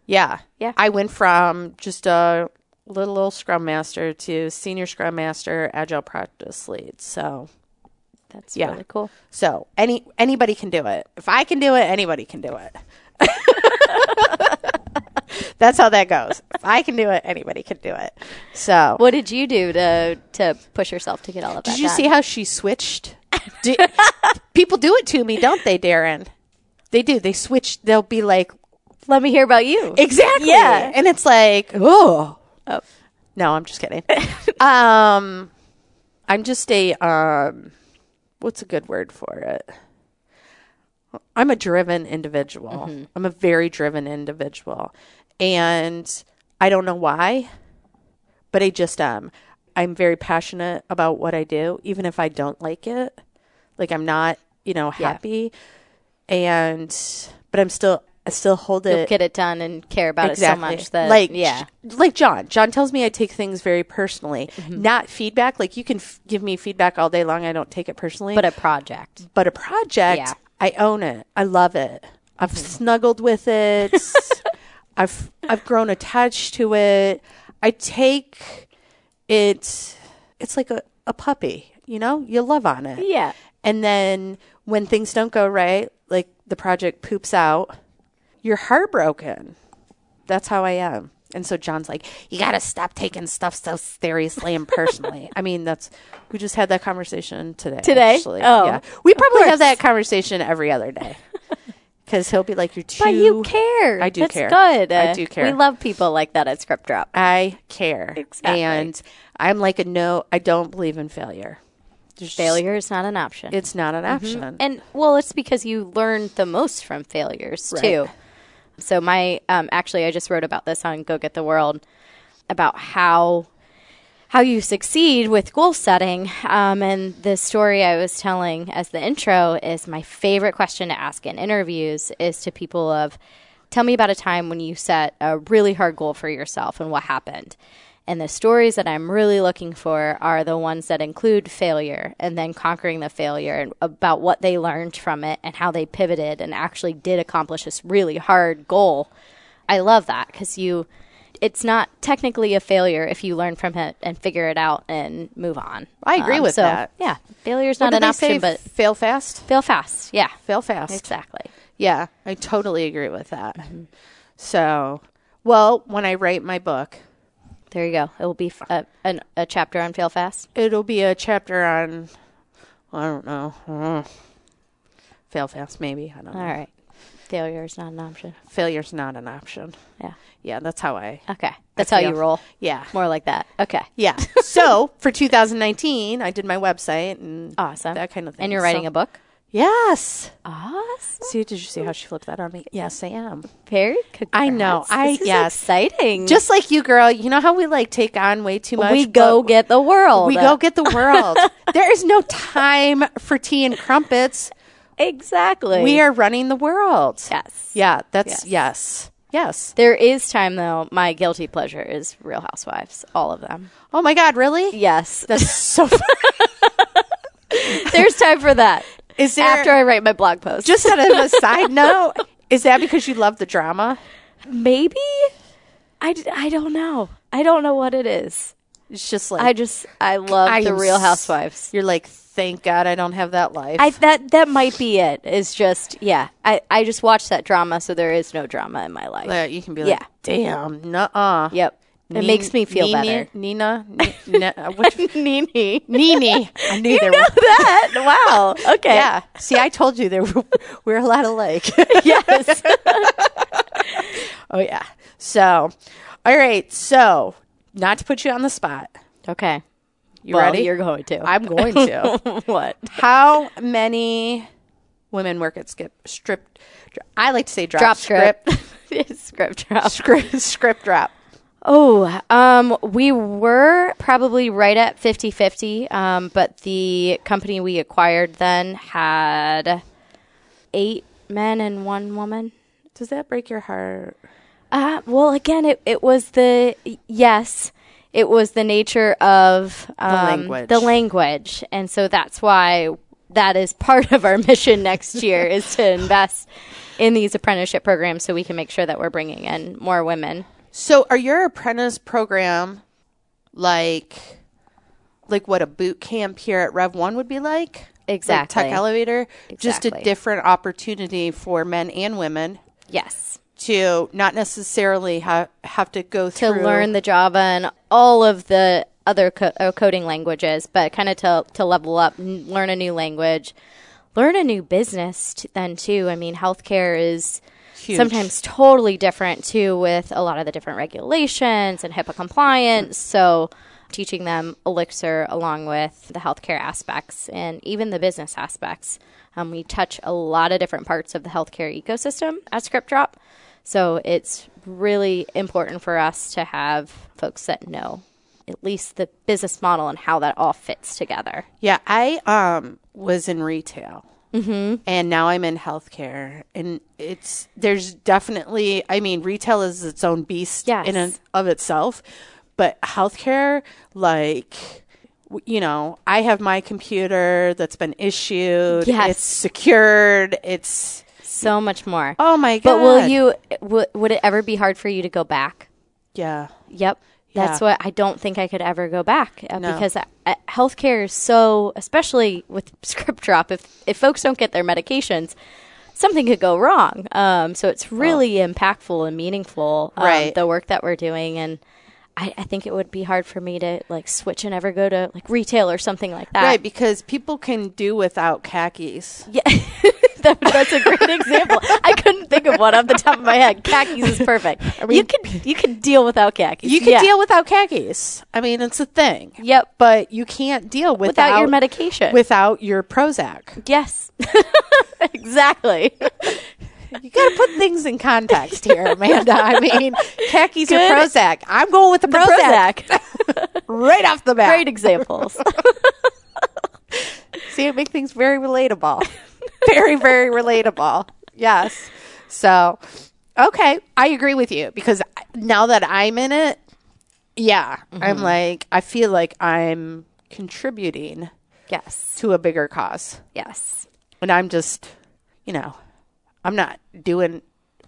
Speaker 1: yeah,
Speaker 2: Yeah.
Speaker 1: I went from just a little old scrum master to senior scrum master, agile practice lead. So,
Speaker 2: (laughs) that's
Speaker 1: Yeah.
Speaker 2: really cool.
Speaker 1: so any anybody can do it. If I can do it, anybody can do it. (laughs) That's how that goes. If I can do it, anybody can do it. So,
Speaker 2: What did you do to to push yourself to get all of that?
Speaker 1: did you
Speaker 2: done?
Speaker 1: see how she switched? Do, (laughs) people do it to me, don't they, Darren? They do. They switch. They'll be like,
Speaker 2: Let me hear about you.
Speaker 1: Exactly.
Speaker 2: Yeah.
Speaker 1: And it's like, oh.
Speaker 2: Oh.
Speaker 1: No, I'm just kidding. (laughs) um I'm just a um what's a good word for it? I'm a driven individual. I'm a very driven individual. And I don't know why, but I just am. I'm very passionate about what I do, even if I don't like it. Like I'm not, you know, happy. And but I'm still I still hold it
Speaker 2: You'll get it done and care about it so much that
Speaker 1: like
Speaker 2: yeah.
Speaker 1: like John. John tells me I take things very personally.
Speaker 2: Mm-hmm.
Speaker 1: Not feedback. Like you can f- give me feedback all day long. I don't take it personally.
Speaker 2: But a project.
Speaker 1: but a project,
Speaker 2: Yeah. Mm-hmm.
Speaker 1: I own it. I love it. I've snuggled with
Speaker 2: (laughs)
Speaker 1: it. I've I've grown attached to it. I take it. It's like a, a puppy. You know, you love on it.
Speaker 2: Yeah.
Speaker 1: And then when things don't go right, like the project poops out, you're heartbroken. That's how I am. And so John's like, you got to stop taking stuff so seriously and
Speaker 2: (laughs)
Speaker 1: personally. I mean, that's, we just had that conversation today.
Speaker 2: Today?
Speaker 1: actually.
Speaker 2: Oh,
Speaker 1: We probably have that conversation every other
Speaker 2: (laughs)
Speaker 1: day because he'll be like, you're too.
Speaker 2: But you care.
Speaker 1: I do
Speaker 2: That's
Speaker 1: care.
Speaker 2: Good.
Speaker 1: I
Speaker 2: Uh,
Speaker 1: do care.
Speaker 2: We love people like that at Script Drop.
Speaker 1: I care.
Speaker 2: Exactly.
Speaker 1: And I'm like a no, I don't believe in failure. There's
Speaker 2: Failure Mm-hmm. is not an option.
Speaker 1: It's not an option.
Speaker 2: and well, it's because you learn the most from failures too. So my um, actually, I just wrote about this on Go Get the World about how how you succeed with goal setting. Um, and the story I was telling as the intro is my favorite question to ask in interviews is to people of, tell me about a time when you set a really hard goal for yourself and what happened. And the stories that I'm really looking for are the ones that include failure and then conquering the failure and about what they learned from it and how they pivoted and actually did accomplish this really hard goal. I love that because you, it's not technically a failure if you learn from it and figure it out and move on. Um,
Speaker 1: I agree with that.
Speaker 2: Yeah, failure's
Speaker 1: What
Speaker 2: not
Speaker 1: do
Speaker 2: an
Speaker 1: they
Speaker 2: option,
Speaker 1: say?
Speaker 2: but
Speaker 1: fail fast.
Speaker 2: fail fast. Yeah,
Speaker 1: Fail fast.
Speaker 2: exactly.
Speaker 1: Yeah, I totally agree with that. So, well, when I write my book,
Speaker 2: There you go. It will be f- a, an, a chapter on fail fast.
Speaker 1: it'll be a chapter on, I don't know, mm, fail fast, maybe. I don't know.
Speaker 2: All right, failure is not an option.
Speaker 1: Failure's not an option.
Speaker 2: Yeah.
Speaker 1: Yeah, that's how I.
Speaker 2: Okay, that's how you
Speaker 1: feel-
Speaker 2: roll.
Speaker 1: Yeah. (laughs)
Speaker 2: More like that. Okay.
Speaker 1: Yeah. so for 2019, I did my website and
Speaker 2: Awesome.
Speaker 1: that kind of thing.
Speaker 2: And you're writing
Speaker 1: So-
Speaker 2: a book?
Speaker 1: Yes.
Speaker 2: Awesome.
Speaker 1: See, did you see how she flipped that on me? Yes, I am.
Speaker 2: Very congrats.
Speaker 1: I know. I-
Speaker 2: this is
Speaker 1: yes.
Speaker 2: exciting.
Speaker 1: Just like you, girl. You know how we like take on way too much.
Speaker 2: we go
Speaker 1: but-
Speaker 2: get the world.
Speaker 1: We go get the
Speaker 2: (laughs)
Speaker 1: world. there is no time for tea and crumpets.
Speaker 2: exactly.
Speaker 1: We are running the world.
Speaker 2: yes.
Speaker 1: Yeah, that's yes. Yes.
Speaker 2: There is time though. My guilty pleasure is Real Housewives, all of them.
Speaker 1: Oh my God, really?
Speaker 2: (laughs) Yes,
Speaker 1: That's so
Speaker 2: there's time for (laughs) that.
Speaker 1: Is there-
Speaker 2: after I write my blog post?
Speaker 1: just out of a side note, is that because you love the drama?
Speaker 2: maybe. I, d- I don't know. I don't know what it is.
Speaker 1: It's just like
Speaker 2: I just I love
Speaker 1: I
Speaker 2: the
Speaker 1: am
Speaker 2: Real
Speaker 1: s-
Speaker 2: Housewives.
Speaker 1: You're like, thank God I don't have that life.
Speaker 2: I that that might be it. It's just yeah. I I just watch that drama, so there is no drama in my life.
Speaker 1: Like, you can be
Speaker 2: Yeah.
Speaker 1: like, damn, nuh-uh.
Speaker 2: Yep. It makes me feel
Speaker 1: Nina,
Speaker 2: better.
Speaker 1: Nina,
Speaker 2: (laughs)
Speaker 1: Ni- Ni- uh, what you-
Speaker 2: Nini.
Speaker 1: Nini. I knew there
Speaker 2: Know
Speaker 1: was.
Speaker 2: (laughs) that? (laughs) Wow. Okay.
Speaker 1: Yeah. See, I told you there were, (laughs) we're a lot alike.
Speaker 2: Yes.
Speaker 1: oh yeah. So, all right. So, not to put you on the spot.
Speaker 2: (laughs) okay.
Speaker 1: You
Speaker 2: Well,
Speaker 1: ready?
Speaker 2: You're going to.
Speaker 1: I'm going to.
Speaker 2: (laughs) what?
Speaker 1: How many women work at Skip Strip? I like to say drop,
Speaker 2: Drop
Speaker 1: script.
Speaker 2: script. (laughs) script drop.
Speaker 1: Script, (laughs) script drop.
Speaker 2: Oh, um, we were probably right at 50 50, um, but the company we acquired then had eight men and one woman.
Speaker 1: Does that break your heart?
Speaker 2: Uh, well, again, it, it was the yes, it was the nature of um,
Speaker 1: language.
Speaker 2: the language, and so that's why that is part of our (laughs) mission next year is to invest in these apprenticeship programs so we can make sure that we're bringing in more women.
Speaker 1: So, are your apprentice program like like what a boot camp here at Rev One would be like? Like
Speaker 2: Exactly.
Speaker 1: tech elevator, just a
Speaker 2: Exactly.
Speaker 1: different opportunity for men and women
Speaker 2: Yes.
Speaker 1: to not necessarily ha- have to go
Speaker 2: to
Speaker 1: through
Speaker 2: learn the Java and all of the other co- uh, coding languages, but kind of to to level up, n- learn a new language, learn a new business. T- then too, I mean, healthcare is
Speaker 1: Huge.
Speaker 2: sometimes totally different too, with a lot of the different regulations and HIPAA compliance. So. Teaching them Elixir along with the healthcare aspects and even the business aspects. Um, we touch a lot of different parts of the healthcare ecosystem at Script Drop. So it's really important for us to have folks that know at least the business model and how that all fits together.
Speaker 1: Yeah, I um was in retail. And now I'm in healthcare and it's there's definitely I mean retail is its own beast
Speaker 2: Yes.
Speaker 1: in and of itself, but healthcare like w- you know, I have my computer that's been issued,
Speaker 2: Yes.
Speaker 1: it's secured, it's
Speaker 2: So much more.
Speaker 1: oh my god.
Speaker 2: but will you w- would it ever be hard for you to go back?
Speaker 1: Yeah.
Speaker 2: Yep. That's
Speaker 1: Yeah.
Speaker 2: what I don't think I could ever go back uh,
Speaker 1: No.
Speaker 2: because uh, uh, healthcare is so, especially with (laughs) script drop. If if folks don't get their medications, something could go wrong. Um, so it's really impactful and meaningful. Um,
Speaker 1: Right.
Speaker 2: The work that we're doing, and I, I think it would be hard for me to like switch and ever go to like retail or something like that.
Speaker 1: Right, because people can do without khakis.
Speaker 2: (laughs) That- that's a great example. I couldn't think of one off the top of my head. Khakis is perfect. you could you could deal without khakis.
Speaker 1: You can
Speaker 2: Yeah.
Speaker 1: deal without khakis. I mean, it's a thing.
Speaker 2: Yep.
Speaker 1: But you can't deal without,
Speaker 2: without your
Speaker 1: (laughs)
Speaker 2: medication.
Speaker 1: without your Prozac.
Speaker 2: Yes.
Speaker 1: (laughs)
Speaker 2: (laughs) exactly.
Speaker 1: You got to put things in context here, Amanda. I mean, khakis
Speaker 2: Good.
Speaker 1: or Prozac. I'm going with the, Prozac, (laughs)
Speaker 2: Prozac.
Speaker 1: right off the bat.
Speaker 2: Great (laughs) examples.
Speaker 1: See, it makes things very relatable. (laughs) very, very relatable. Yes. So, okay, I agree with you because I- now that I'm in it, yeah, I'm like I feel like I'm contributing
Speaker 2: yes.
Speaker 1: to a bigger cause.
Speaker 2: Yes.
Speaker 1: and I'm just, you know, I'm not doing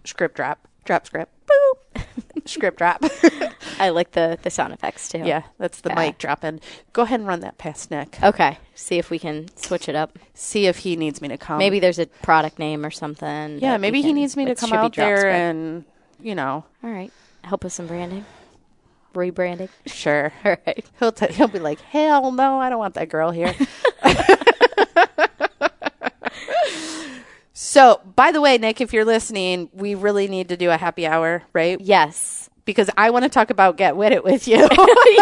Speaker 1: script drop, drop script, boop, (laughs) script drop.
Speaker 2: I like the the sound effects too.
Speaker 1: yeah, that's the mic dropping. Go ahead and run that past Nick.
Speaker 2: Okay. See if we can switch it up.
Speaker 1: See if he needs me to come.
Speaker 2: Maybe there's a product name or something.
Speaker 1: Yeah,
Speaker 2: that
Speaker 1: maybe
Speaker 2: we
Speaker 1: he
Speaker 2: can-
Speaker 1: needs me to
Speaker 2: it
Speaker 1: come
Speaker 2: should be
Speaker 1: out there
Speaker 2: Dropscript.
Speaker 1: and, you know,
Speaker 2: All right. Help us some branding.
Speaker 1: (laughs)
Speaker 2: Rebranding.
Speaker 1: sure.
Speaker 2: All right.
Speaker 1: He'll t- he'll be like, hell no, I don't want that girl
Speaker 2: (laughs)
Speaker 1: here. so, by the way, Nick, if you're listening, we really need to do a happy hour, right? (laughs)
Speaker 2: Yes.
Speaker 1: Because I want to talk about get wit it with
Speaker 2: (laughs)
Speaker 1: you.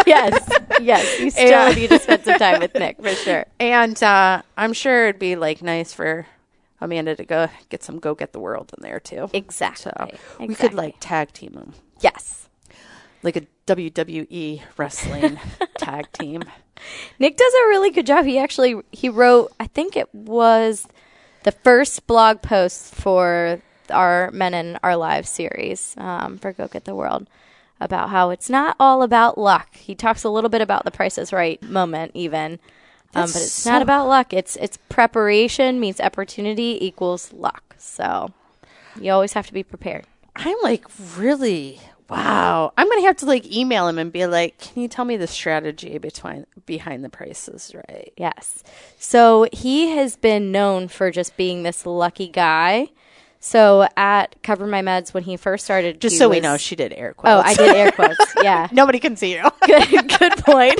Speaker 2: yes. Yes. You still
Speaker 1: Yeah.
Speaker 2: need to spend some time
Speaker 1: (laughs)
Speaker 2: with Nick for sure.
Speaker 1: And uh, I'm sure it'd be like nice for Amanda to go get some go get the world in there too.
Speaker 2: Exactly.
Speaker 1: So we could
Speaker 2: Exactly.
Speaker 1: like tag team them,
Speaker 2: Yes.
Speaker 1: like a WWE (laughs) wrestling tag team.
Speaker 2: Nick does a really good job. He actually he wrote I think it was the first blog post for our Men in Our Lives series um, for Go Get the World about how it's not all about luck. He talks a little bit about the Price is Right moment even, um, but it's not
Speaker 1: so-
Speaker 2: about luck. It's it's preparation means opportunity equals luck. So you always have to be prepared.
Speaker 1: I'm like really wow, I'm gonna have to like email him and be like, can you tell me the strategy between behind the prices right?
Speaker 2: Yes. So he has been known for just being this lucky guy. So at Cover My Meds when he first started,
Speaker 1: Just
Speaker 2: he
Speaker 1: so we
Speaker 2: was-
Speaker 1: know, she did air quotes.
Speaker 2: Oh, I did air quotes. Yeah.
Speaker 1: (laughs) Nobody can see you. (laughs)
Speaker 2: good, good point.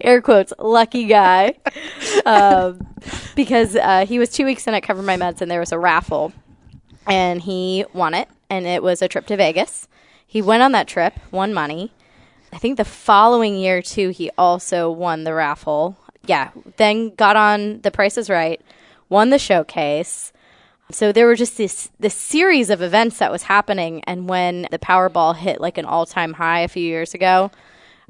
Speaker 2: Air quotes, lucky guy. Um, because uh, he was two weeks in at Cover My Meds and there was a raffle and he won it and it was a trip to Vegas. He went on that trip, won money. I think the following year too, he also won the raffle. Yeah, then got on The Price is Right, won the showcase. So there were just this this series of events that was happening, and when the Powerball hit like an all time high a few years ago,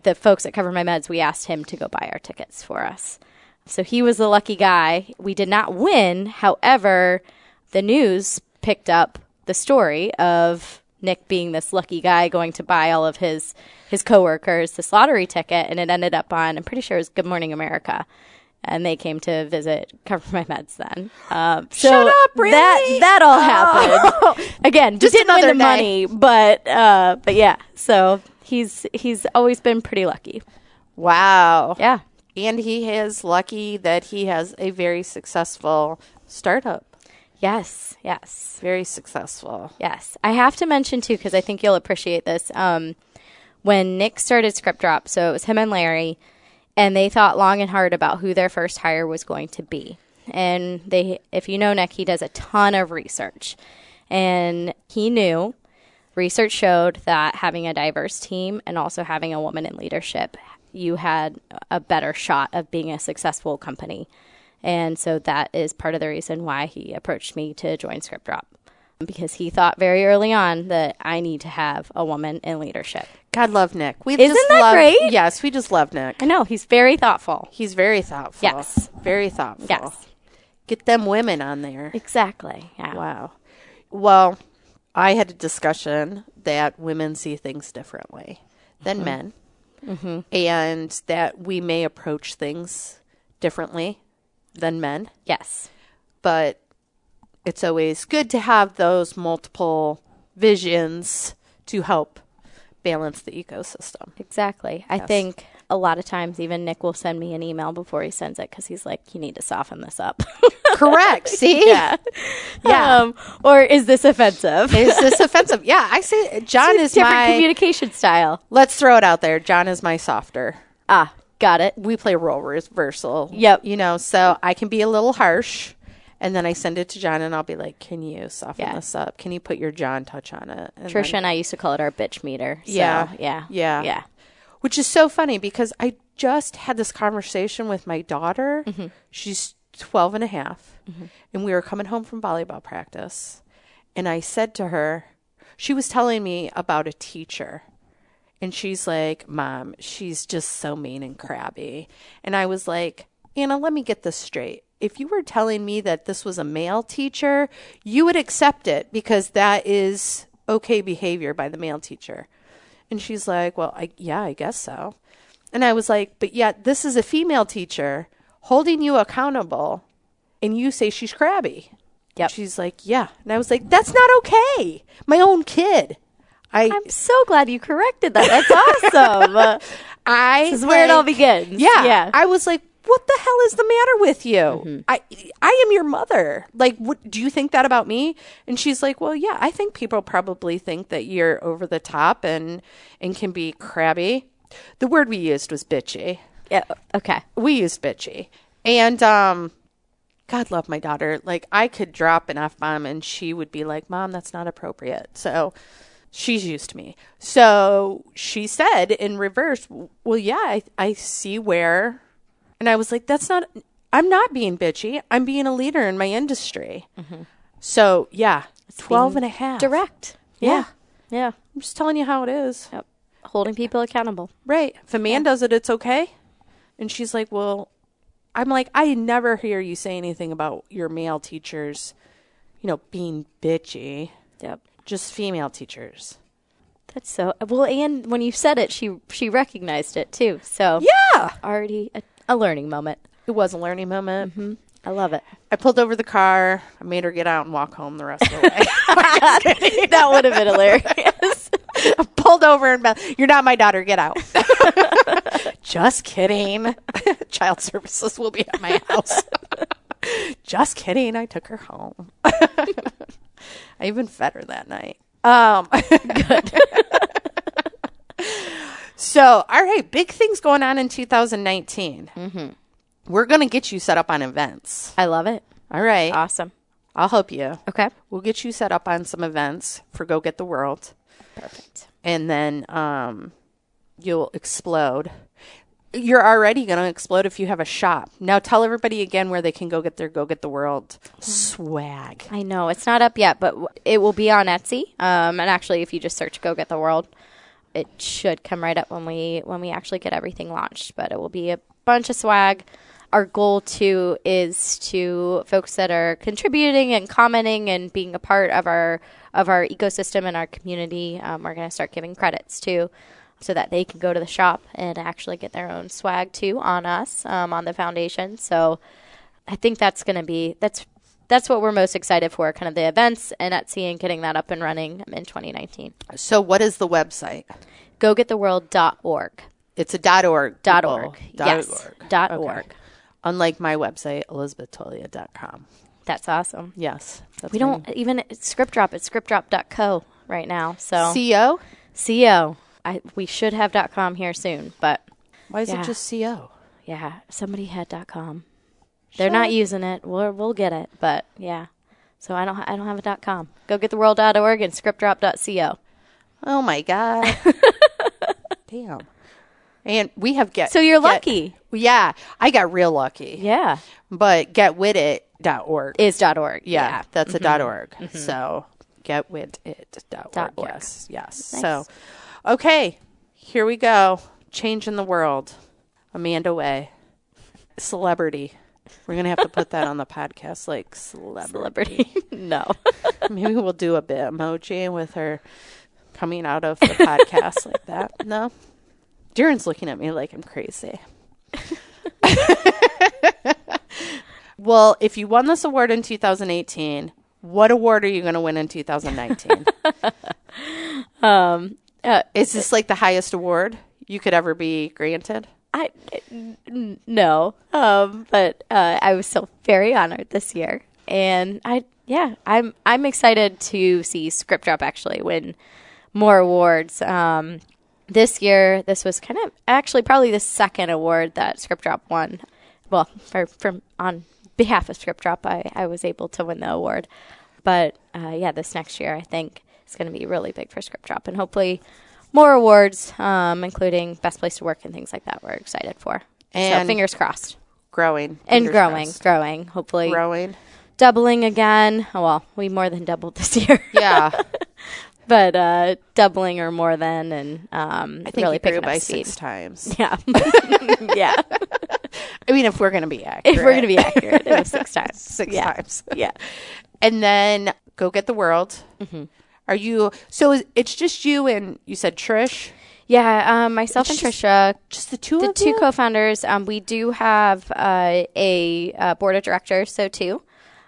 Speaker 2: the folks that cover my meds, we asked him to go buy our tickets for us. So he was the lucky guy. We did not win. However, the news picked up the story of Nick being this lucky guy going to buy all of his his coworkers this lottery ticket, and it ended up on I'm pretty sure it was Good Morning America. And they came to visit Cover My Meds then. Um, so
Speaker 1: Shut up,
Speaker 2: That,
Speaker 1: really?
Speaker 2: that
Speaker 1: (laughs)
Speaker 2: all happened. (laughs) Again,
Speaker 1: Oh. Just
Speaker 2: just didn't win the
Speaker 1: another day.
Speaker 2: money, but uh, but yeah. So he's he's always been pretty lucky.
Speaker 1: Wow.
Speaker 2: Yeah.
Speaker 1: And he is lucky that he has a very successful startup.
Speaker 2: Yes. Yes.
Speaker 1: Very successful.
Speaker 2: Yes. I have to mention too, because I think you'll appreciate this. Um, when Nick started Script Drop, so it was him and Larry, and they thought long and hard about who their first hire was going to be. And they, if you know Nick, he does a ton of research, and he knew research showed that having a diverse team and also having a woman in leadership, you had a better shot of being a successful company. And so that is part of the reason why he approached me to join Script Drop because he thought very early on that I need to have a woman in leadership.
Speaker 1: God love Nick. We
Speaker 2: Isn't
Speaker 1: just
Speaker 2: that
Speaker 1: love,
Speaker 2: great?
Speaker 1: Yes, we just love Nick.
Speaker 2: I know he's very thoughtful.
Speaker 1: He's very thoughtful.
Speaker 2: Yes.
Speaker 1: Very thoughtful.
Speaker 2: Yes.
Speaker 1: Get them women on there.
Speaker 2: Exactly. Yeah.
Speaker 1: Wow. Well, I had a discussion that women see things differently than
Speaker 2: Mm-hmm.
Speaker 1: men, and that we may approach things differently than men,
Speaker 2: Yes.
Speaker 1: but it's always good to have those multiple visions to help balance the
Speaker 2: (laughs)
Speaker 1: ecosystem.
Speaker 2: Exactly. I think a lot of times even Nick will send me an email before he sends it cuz he's like you need to soften this up. (laughs)
Speaker 1: Correct. See?
Speaker 2: yeah. (laughs) Yeah. Um, or is this offensive?
Speaker 1: Is this offensive? Yeah, I say John is
Speaker 2: Different
Speaker 1: my.
Speaker 2: communication style.
Speaker 1: let's throw it out there. John is my softer.
Speaker 2: Ah, got it.
Speaker 1: we play role reversal.
Speaker 2: Yep.
Speaker 1: You know, so I can be a little harsh and then I send it to John and I'll be like, Can you soften
Speaker 2: Yeah.
Speaker 1: this up? Can you put your John touch on it? And
Speaker 2: Trisha
Speaker 1: then-
Speaker 2: and I used to call it our bitch meter. So,
Speaker 1: Yeah.
Speaker 2: Yeah.
Speaker 1: Yeah.
Speaker 2: Yeah.
Speaker 1: which is so funny because I just had this conversation with my daughter. She's 12 and a half. And we were coming home from volleyball practice. And I said to her, She was telling me about a teacher. And she's like, Mom, she's just so mean and crabby. And I was like, Anna, let me get this straight. If you were telling me that this was a male teacher, you would accept it because that is okay behavior by the male teacher. And she's like, Well, I, yeah, I guess so. And I was like, But yet, this is a female teacher holding you accountable, and you say she's crabby. Yeah.
Speaker 2: Yep.
Speaker 1: She's like, Yeah. And I was like, That's not okay. My own kid. I,
Speaker 2: I'm so glad you corrected that. That's awesome. Uh, (laughs)
Speaker 1: I
Speaker 2: This is where it all
Speaker 1: like-
Speaker 2: begins.
Speaker 1: Yeah,
Speaker 2: Yeah. Mm-hmm.
Speaker 1: I was like, "What the hell is the matter with you? I I am your mother. Like, what do you think that about me?" And she's like, "Well, yeah, I think people probably think that you're over the top and and can be crabby." The word we used was bitchy.
Speaker 2: yeah. Okay.
Speaker 1: We used bitchy, and um. God love my daughter. Like I could drop an F bomb and she would be like, Mom, that's not appropriate. So she's used to me. So she said in reverse, Well, yeah, I, I see where. And I was like, That's not, I'm not being bitchy. I'm being a leader in my industry. So yeah, 12 and a half.
Speaker 2: Direct.
Speaker 1: Yeah.
Speaker 2: Yeah.
Speaker 1: I'm just telling you how it is.
Speaker 2: Yep. Holding people accountable.
Speaker 1: Right. If a man does it, it's okay. And she's like, Well, I'm like, I never hear you say anything about your male teachers, you know, being bitchy,
Speaker 2: Yep.
Speaker 1: just female teachers.
Speaker 2: That's so well. And when you said it, she she recognized it too. So
Speaker 1: Yeah.
Speaker 2: already a, a learning moment.
Speaker 1: It was a learning moment.
Speaker 2: I love (laughs) it.
Speaker 1: I pulled over the car. I made her get out and walk home the rest of the way.
Speaker 2: (laughs) that would have been hilarious.
Speaker 1: (laughs) pulled over and be- you're not my daughter. Get out. (laughs) Just kidding. (laughs) Child services will be at my house. (laughs) Just kidding. I took her home. (laughs) I even fed her that night. Um, (laughs) so, all right, big things going on in 2019. Mm-hmm. We're going to get you set up on events.
Speaker 2: I love it.
Speaker 1: All right.
Speaker 2: Awesome.
Speaker 1: I'll help you.
Speaker 2: Okay.
Speaker 1: We'll get you set up on some events for Go Get the World,
Speaker 2: Perfect.
Speaker 1: and then um, you'll explode. You're already going to explode if you have a shop. Now tell everybody again where they can go get their Go Get the World
Speaker 2: Mm-hmm.
Speaker 1: swag.
Speaker 2: I know it's not up yet, but w- it will be on Etsy. Um, and actually, if you just search "Go Get the World," it should come right up when we when we actually get everything launched. But it will be a bunch of swag. Our goal too is to folks that are contributing and commenting and being a part of our of our ecosystem and our community. Um, we're going to start giving credits too. So that they can go to the shop and actually get their own swag too on us, um, on the foundation. So I think that's going to be that's that's what we're most excited for, kind of the events and Etsy and getting that up and running in 2019.
Speaker 1: So what is the website?
Speaker 2: GoGetTheWorld.org.
Speaker 1: It's a dot .org.
Speaker 2: Dot
Speaker 1: people.
Speaker 2: org. yes. Dot org.
Speaker 1: Unlike my website, elizabethtolia.com.
Speaker 2: That's awesome.
Speaker 1: Yes. That's
Speaker 2: We don't even it's script drop. It's scriptdrop.co right now. So
Speaker 1: CO?
Speaker 2: CO. I, we should have .com here soon, but
Speaker 1: Why is
Speaker 2: Yeah.
Speaker 1: it just CO?
Speaker 2: yeah, somebody had .com. They're not using it. We'll we'll get it, but yeah. So I don't ha- I don't have a .com. Go get the world.org and scriptdrop.co.
Speaker 1: Oh my
Speaker 2: (laughs)
Speaker 1: god. Damn. And we have get
Speaker 2: So you're
Speaker 1: get-
Speaker 2: lucky.
Speaker 1: Yeah, I got real lucky.
Speaker 2: Yeah.
Speaker 1: But getwitit.org.
Speaker 2: Is dot .org.
Speaker 1: yeah, that's a
Speaker 2: Mm-hmm.
Speaker 1: dot .org. So getwitit.org.
Speaker 2: Dot org.
Speaker 1: Yes, yes.
Speaker 2: Nice.
Speaker 1: So okay, here we go. Changing the world. Amanda Way. Celebrity. We're going to have to put that on the (laughs) podcast like celebrity.
Speaker 2: Celebrity. (laughs) no.
Speaker 1: (laughs) Maybe we'll do a bit emoji with her coming out of the podcast like
Speaker 2: (laughs)
Speaker 1: that. No. Darren's looking at me like I'm crazy. well, if you won this award in 2018, what award are you going to win in
Speaker 2: (laughs)
Speaker 1: 2019?
Speaker 2: uh,
Speaker 1: Is this like the highest award you could ever be granted?
Speaker 2: I n- n- no, um, but uh, I was still very honored this year, and I yeah, I'm I'm excited to see Script Drop actually win more awards. Um, this year, this was kind of actually probably the second award that Script Drop won. Well, for from on behalf of Script Drop, I I was able to win the award, but uh, yeah, this next year I think it's going to be really big for Script Drop, and hopefully. More awards, um, including best place to work and things like that. We're excited for. so
Speaker 1: And-
Speaker 2: fingers crossed
Speaker 1: Growing.
Speaker 2: and
Speaker 1: Fingers
Speaker 2: growing,
Speaker 1: crossed.
Speaker 2: growing. Hopefully
Speaker 1: Growing.
Speaker 2: doubling again. Oh, well, we more than doubled this (laughs) year,
Speaker 1: Yeah.
Speaker 2: but uh, doubling or more than, and um,
Speaker 1: I think
Speaker 2: really
Speaker 1: you grew
Speaker 2: picking
Speaker 1: by
Speaker 2: up speed.
Speaker 1: six times.
Speaker 2: (laughs) Yeah, yeah.
Speaker 1: I mean, if we're going to be accurate.
Speaker 2: (laughs) If we're gonna be accurate, it was (laughs) six times.
Speaker 1: six
Speaker 2: yeah.
Speaker 1: times. (laughs)
Speaker 2: Yeah.
Speaker 1: and then go get the world. Are you so? Is, it's just you and you said Trish,
Speaker 2: Yeah, um, myself and Trisha,
Speaker 1: just the two
Speaker 2: the
Speaker 1: of
Speaker 2: two
Speaker 1: you.
Speaker 2: co-founders. Um, we do have uh, a uh, board of directors, so two,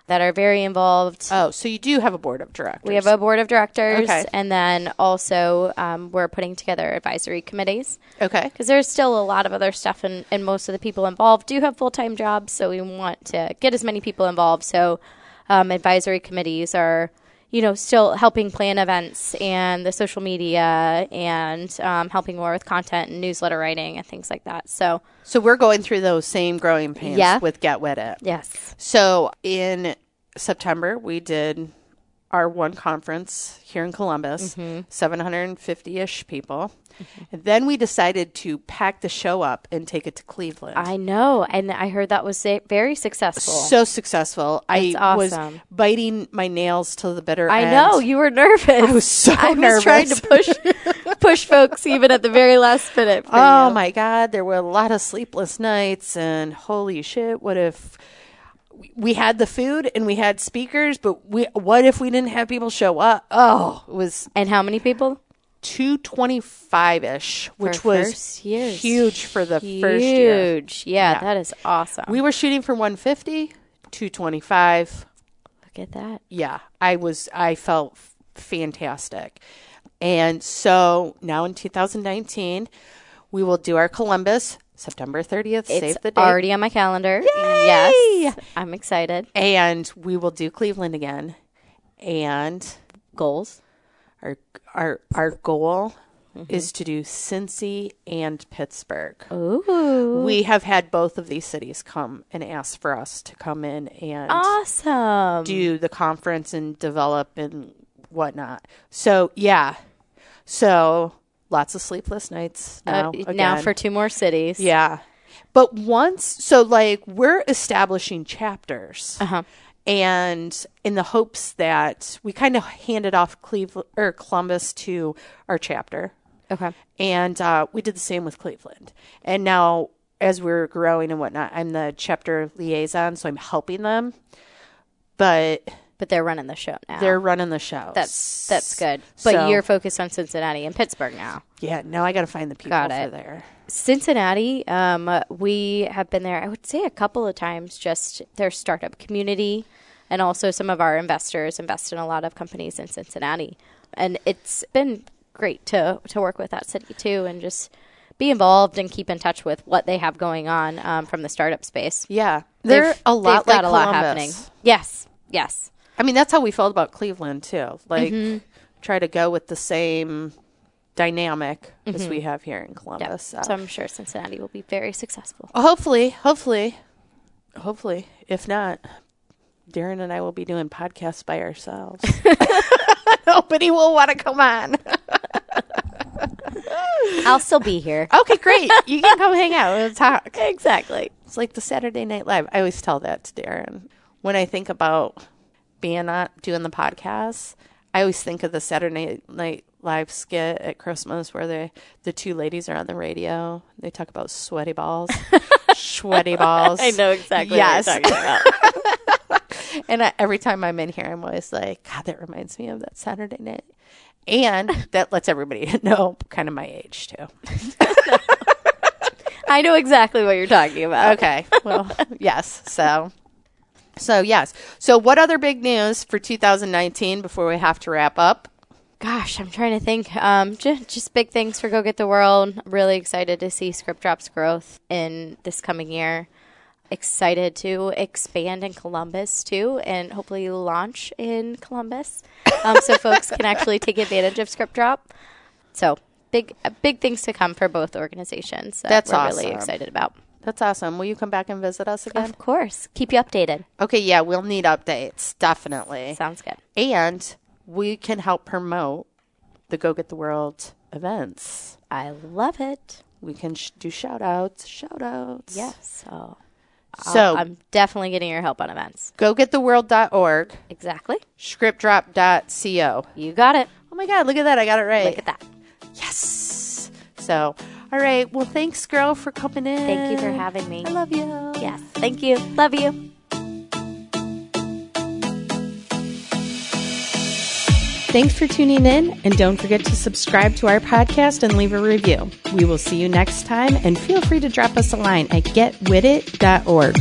Speaker 2: that are very involved.
Speaker 1: oh, so you do have a board of directors.
Speaker 2: We have a board of directors,
Speaker 1: Okay.
Speaker 2: and then also um, we're putting together advisory committees
Speaker 1: okay.
Speaker 2: because there's still a lot of other stuff, and, and most of the people involved do have full time jobs, so we want to get as many people involved. So um, advisory committees are, you know, still helping plan events and the social media and um, helping more with content and newsletter writing and things like that. So
Speaker 1: So we're going through those same growing pains
Speaker 2: Yeah.
Speaker 1: with Get Wet It.
Speaker 2: yes,
Speaker 1: So in September, we did our one conference here in Columbus, 750 ish people. And then we decided to pack the show up and take it to Cleveland.
Speaker 2: I know, and I heard that was a- very successful.
Speaker 1: so successful. I
Speaker 2: That's
Speaker 1: was
Speaker 2: awesome.
Speaker 1: biting my nails till the bitter
Speaker 2: I
Speaker 1: end.
Speaker 2: know you were nervous. I
Speaker 1: was so
Speaker 2: I
Speaker 1: nervous.
Speaker 2: was trying to push push folks even at the very last
Speaker 1: (laughs)
Speaker 2: minute. For
Speaker 1: Oh
Speaker 2: you.
Speaker 1: my God, there were a lot of sleepless nights, and holy shit, what if we had the food and we had speakers, but we what if we didn't have people show up? Oh, it was
Speaker 2: And how many people?
Speaker 1: 225 ish, which was
Speaker 2: first year's
Speaker 1: huge for the first year.
Speaker 2: Huge. Yeah, that is awesome.
Speaker 1: We were shooting for 150, 225.
Speaker 2: Look at that.
Speaker 1: Yeah, I was, I felt f- fantastic. And so now in 2019, we will do our Columbus September 30th.
Speaker 2: It's
Speaker 1: save the date.
Speaker 2: already on my calendar. Yes. I'm excited.
Speaker 1: and we will do Cleveland again. And
Speaker 2: Goals.
Speaker 1: our our our goal is to do Cincy and Pittsburgh.
Speaker 2: Mm-hmm. Ooh.
Speaker 1: We have had both of these cities come and ask for us to come in and
Speaker 2: Awesome.
Speaker 1: do the conference and develop and whatnot. So yeah, so lots of sleepless nights now.
Speaker 2: Uh, now
Speaker 1: again.
Speaker 2: for two more cities.
Speaker 1: yeah, but once so like we're establishing chapters.
Speaker 2: Uh-huh.
Speaker 1: And in the hopes that we kind of handed off Cleveland or Columbus to our chapter,
Speaker 2: Okay.
Speaker 1: and uh, we did the same with Cleveland. And now, as we're growing and whatnot, I'm the chapter liaison, so I'm helping them. But
Speaker 2: But they're running the show now.
Speaker 1: they're running the show.
Speaker 2: that's that's good. But
Speaker 1: So-
Speaker 2: you're focused on Cincinnati and Pittsburgh now.
Speaker 1: yeah. Now I got to find the people
Speaker 2: Got
Speaker 1: for
Speaker 2: it.
Speaker 1: there.
Speaker 2: Cincinnati, um, uh, we have been there, I would say, a couple of times, just their startup community. And also, some of our investors invest in a lot of companies in Cincinnati. And it's been great to, to work with that city, too, and just be involved and keep in touch with what they have going on um, from the startup space.
Speaker 1: Yeah, they're
Speaker 2: They've-
Speaker 1: a lot
Speaker 2: they've
Speaker 1: like Columbus.
Speaker 2: Yes, yes.
Speaker 1: I mean, that's how we felt about Cleveland too. Like, try to go with the same dynamic as we have here in Columbus. So-
Speaker 2: So I'm sure Cincinnati will be very successful.
Speaker 1: Hopefully, hopefully, hopefully. If not, Darren and I will be doing podcasts by ourselves. (laughs) Nobody will want to come on.
Speaker 2: I'll still be here.
Speaker 1: Okay, great. (laughs) You can come hang out. We'll talk.
Speaker 2: exactly.
Speaker 1: It's like the Saturday Night Live. I always tell that to Darren when I think about being on doing the podcast. I always think of the Saturday Night Live skit at Christmas where the the two ladies are on the radio. They talk about sweaty
Speaker 2: (laughs)
Speaker 1: balls, sweaty balls.
Speaker 2: I know exactly
Speaker 1: Yes.
Speaker 2: what you're talking about.
Speaker 1: And I, every time I'm in here, I'm always like, God, that reminds me of that Saturday night. And
Speaker 2: (laughs)
Speaker 1: that lets everybody (laughs) know kind of my age, too.
Speaker 2: I know exactly what you're talking about.
Speaker 1: Okay. (laughs) Well, yes. So, so yes. So, what other big news for 2019 before we have to wrap up?
Speaker 2: Gosh, I'm trying to think. Um, just, just big things for Go Get the World. Really excited to see Script Drops growth in this coming year. Excited to expand in Columbus too, and hopefully launch in Columbus, um, so folks can actually take advantage of Script Drop. So big, uh, big things to come for both organizations. That
Speaker 1: That's
Speaker 2: we're
Speaker 1: awesome.
Speaker 2: really excited about.
Speaker 1: That's awesome. Will you come back and visit us again?
Speaker 2: Of course, keep you updated.
Speaker 1: Okay. Yeah. We'll need updates. Definitely.
Speaker 2: Sounds good.
Speaker 1: And we can help promote the Go Get the World events.
Speaker 2: I love it.
Speaker 1: We can sh- do shout outs, shout outs.
Speaker 2: Yes. So
Speaker 1: So,
Speaker 2: I'm definitely getting your help on events.
Speaker 1: go get the world.org,
Speaker 2: Exactly.
Speaker 1: scriptdrop.co.
Speaker 2: You got it.
Speaker 1: Oh my God, look at that. I got it right.
Speaker 2: Look at that.
Speaker 1: Yes. So, all right. Well, thanks, girl, for coming in.
Speaker 2: Thank you for having me.
Speaker 1: I love you.
Speaker 2: Yes. Thank you. Love you.
Speaker 3: Thanks for tuning in, and don't forget to subscribe to our podcast and leave a review. We will see you next time, and feel free to drop us a line at getwithit.org.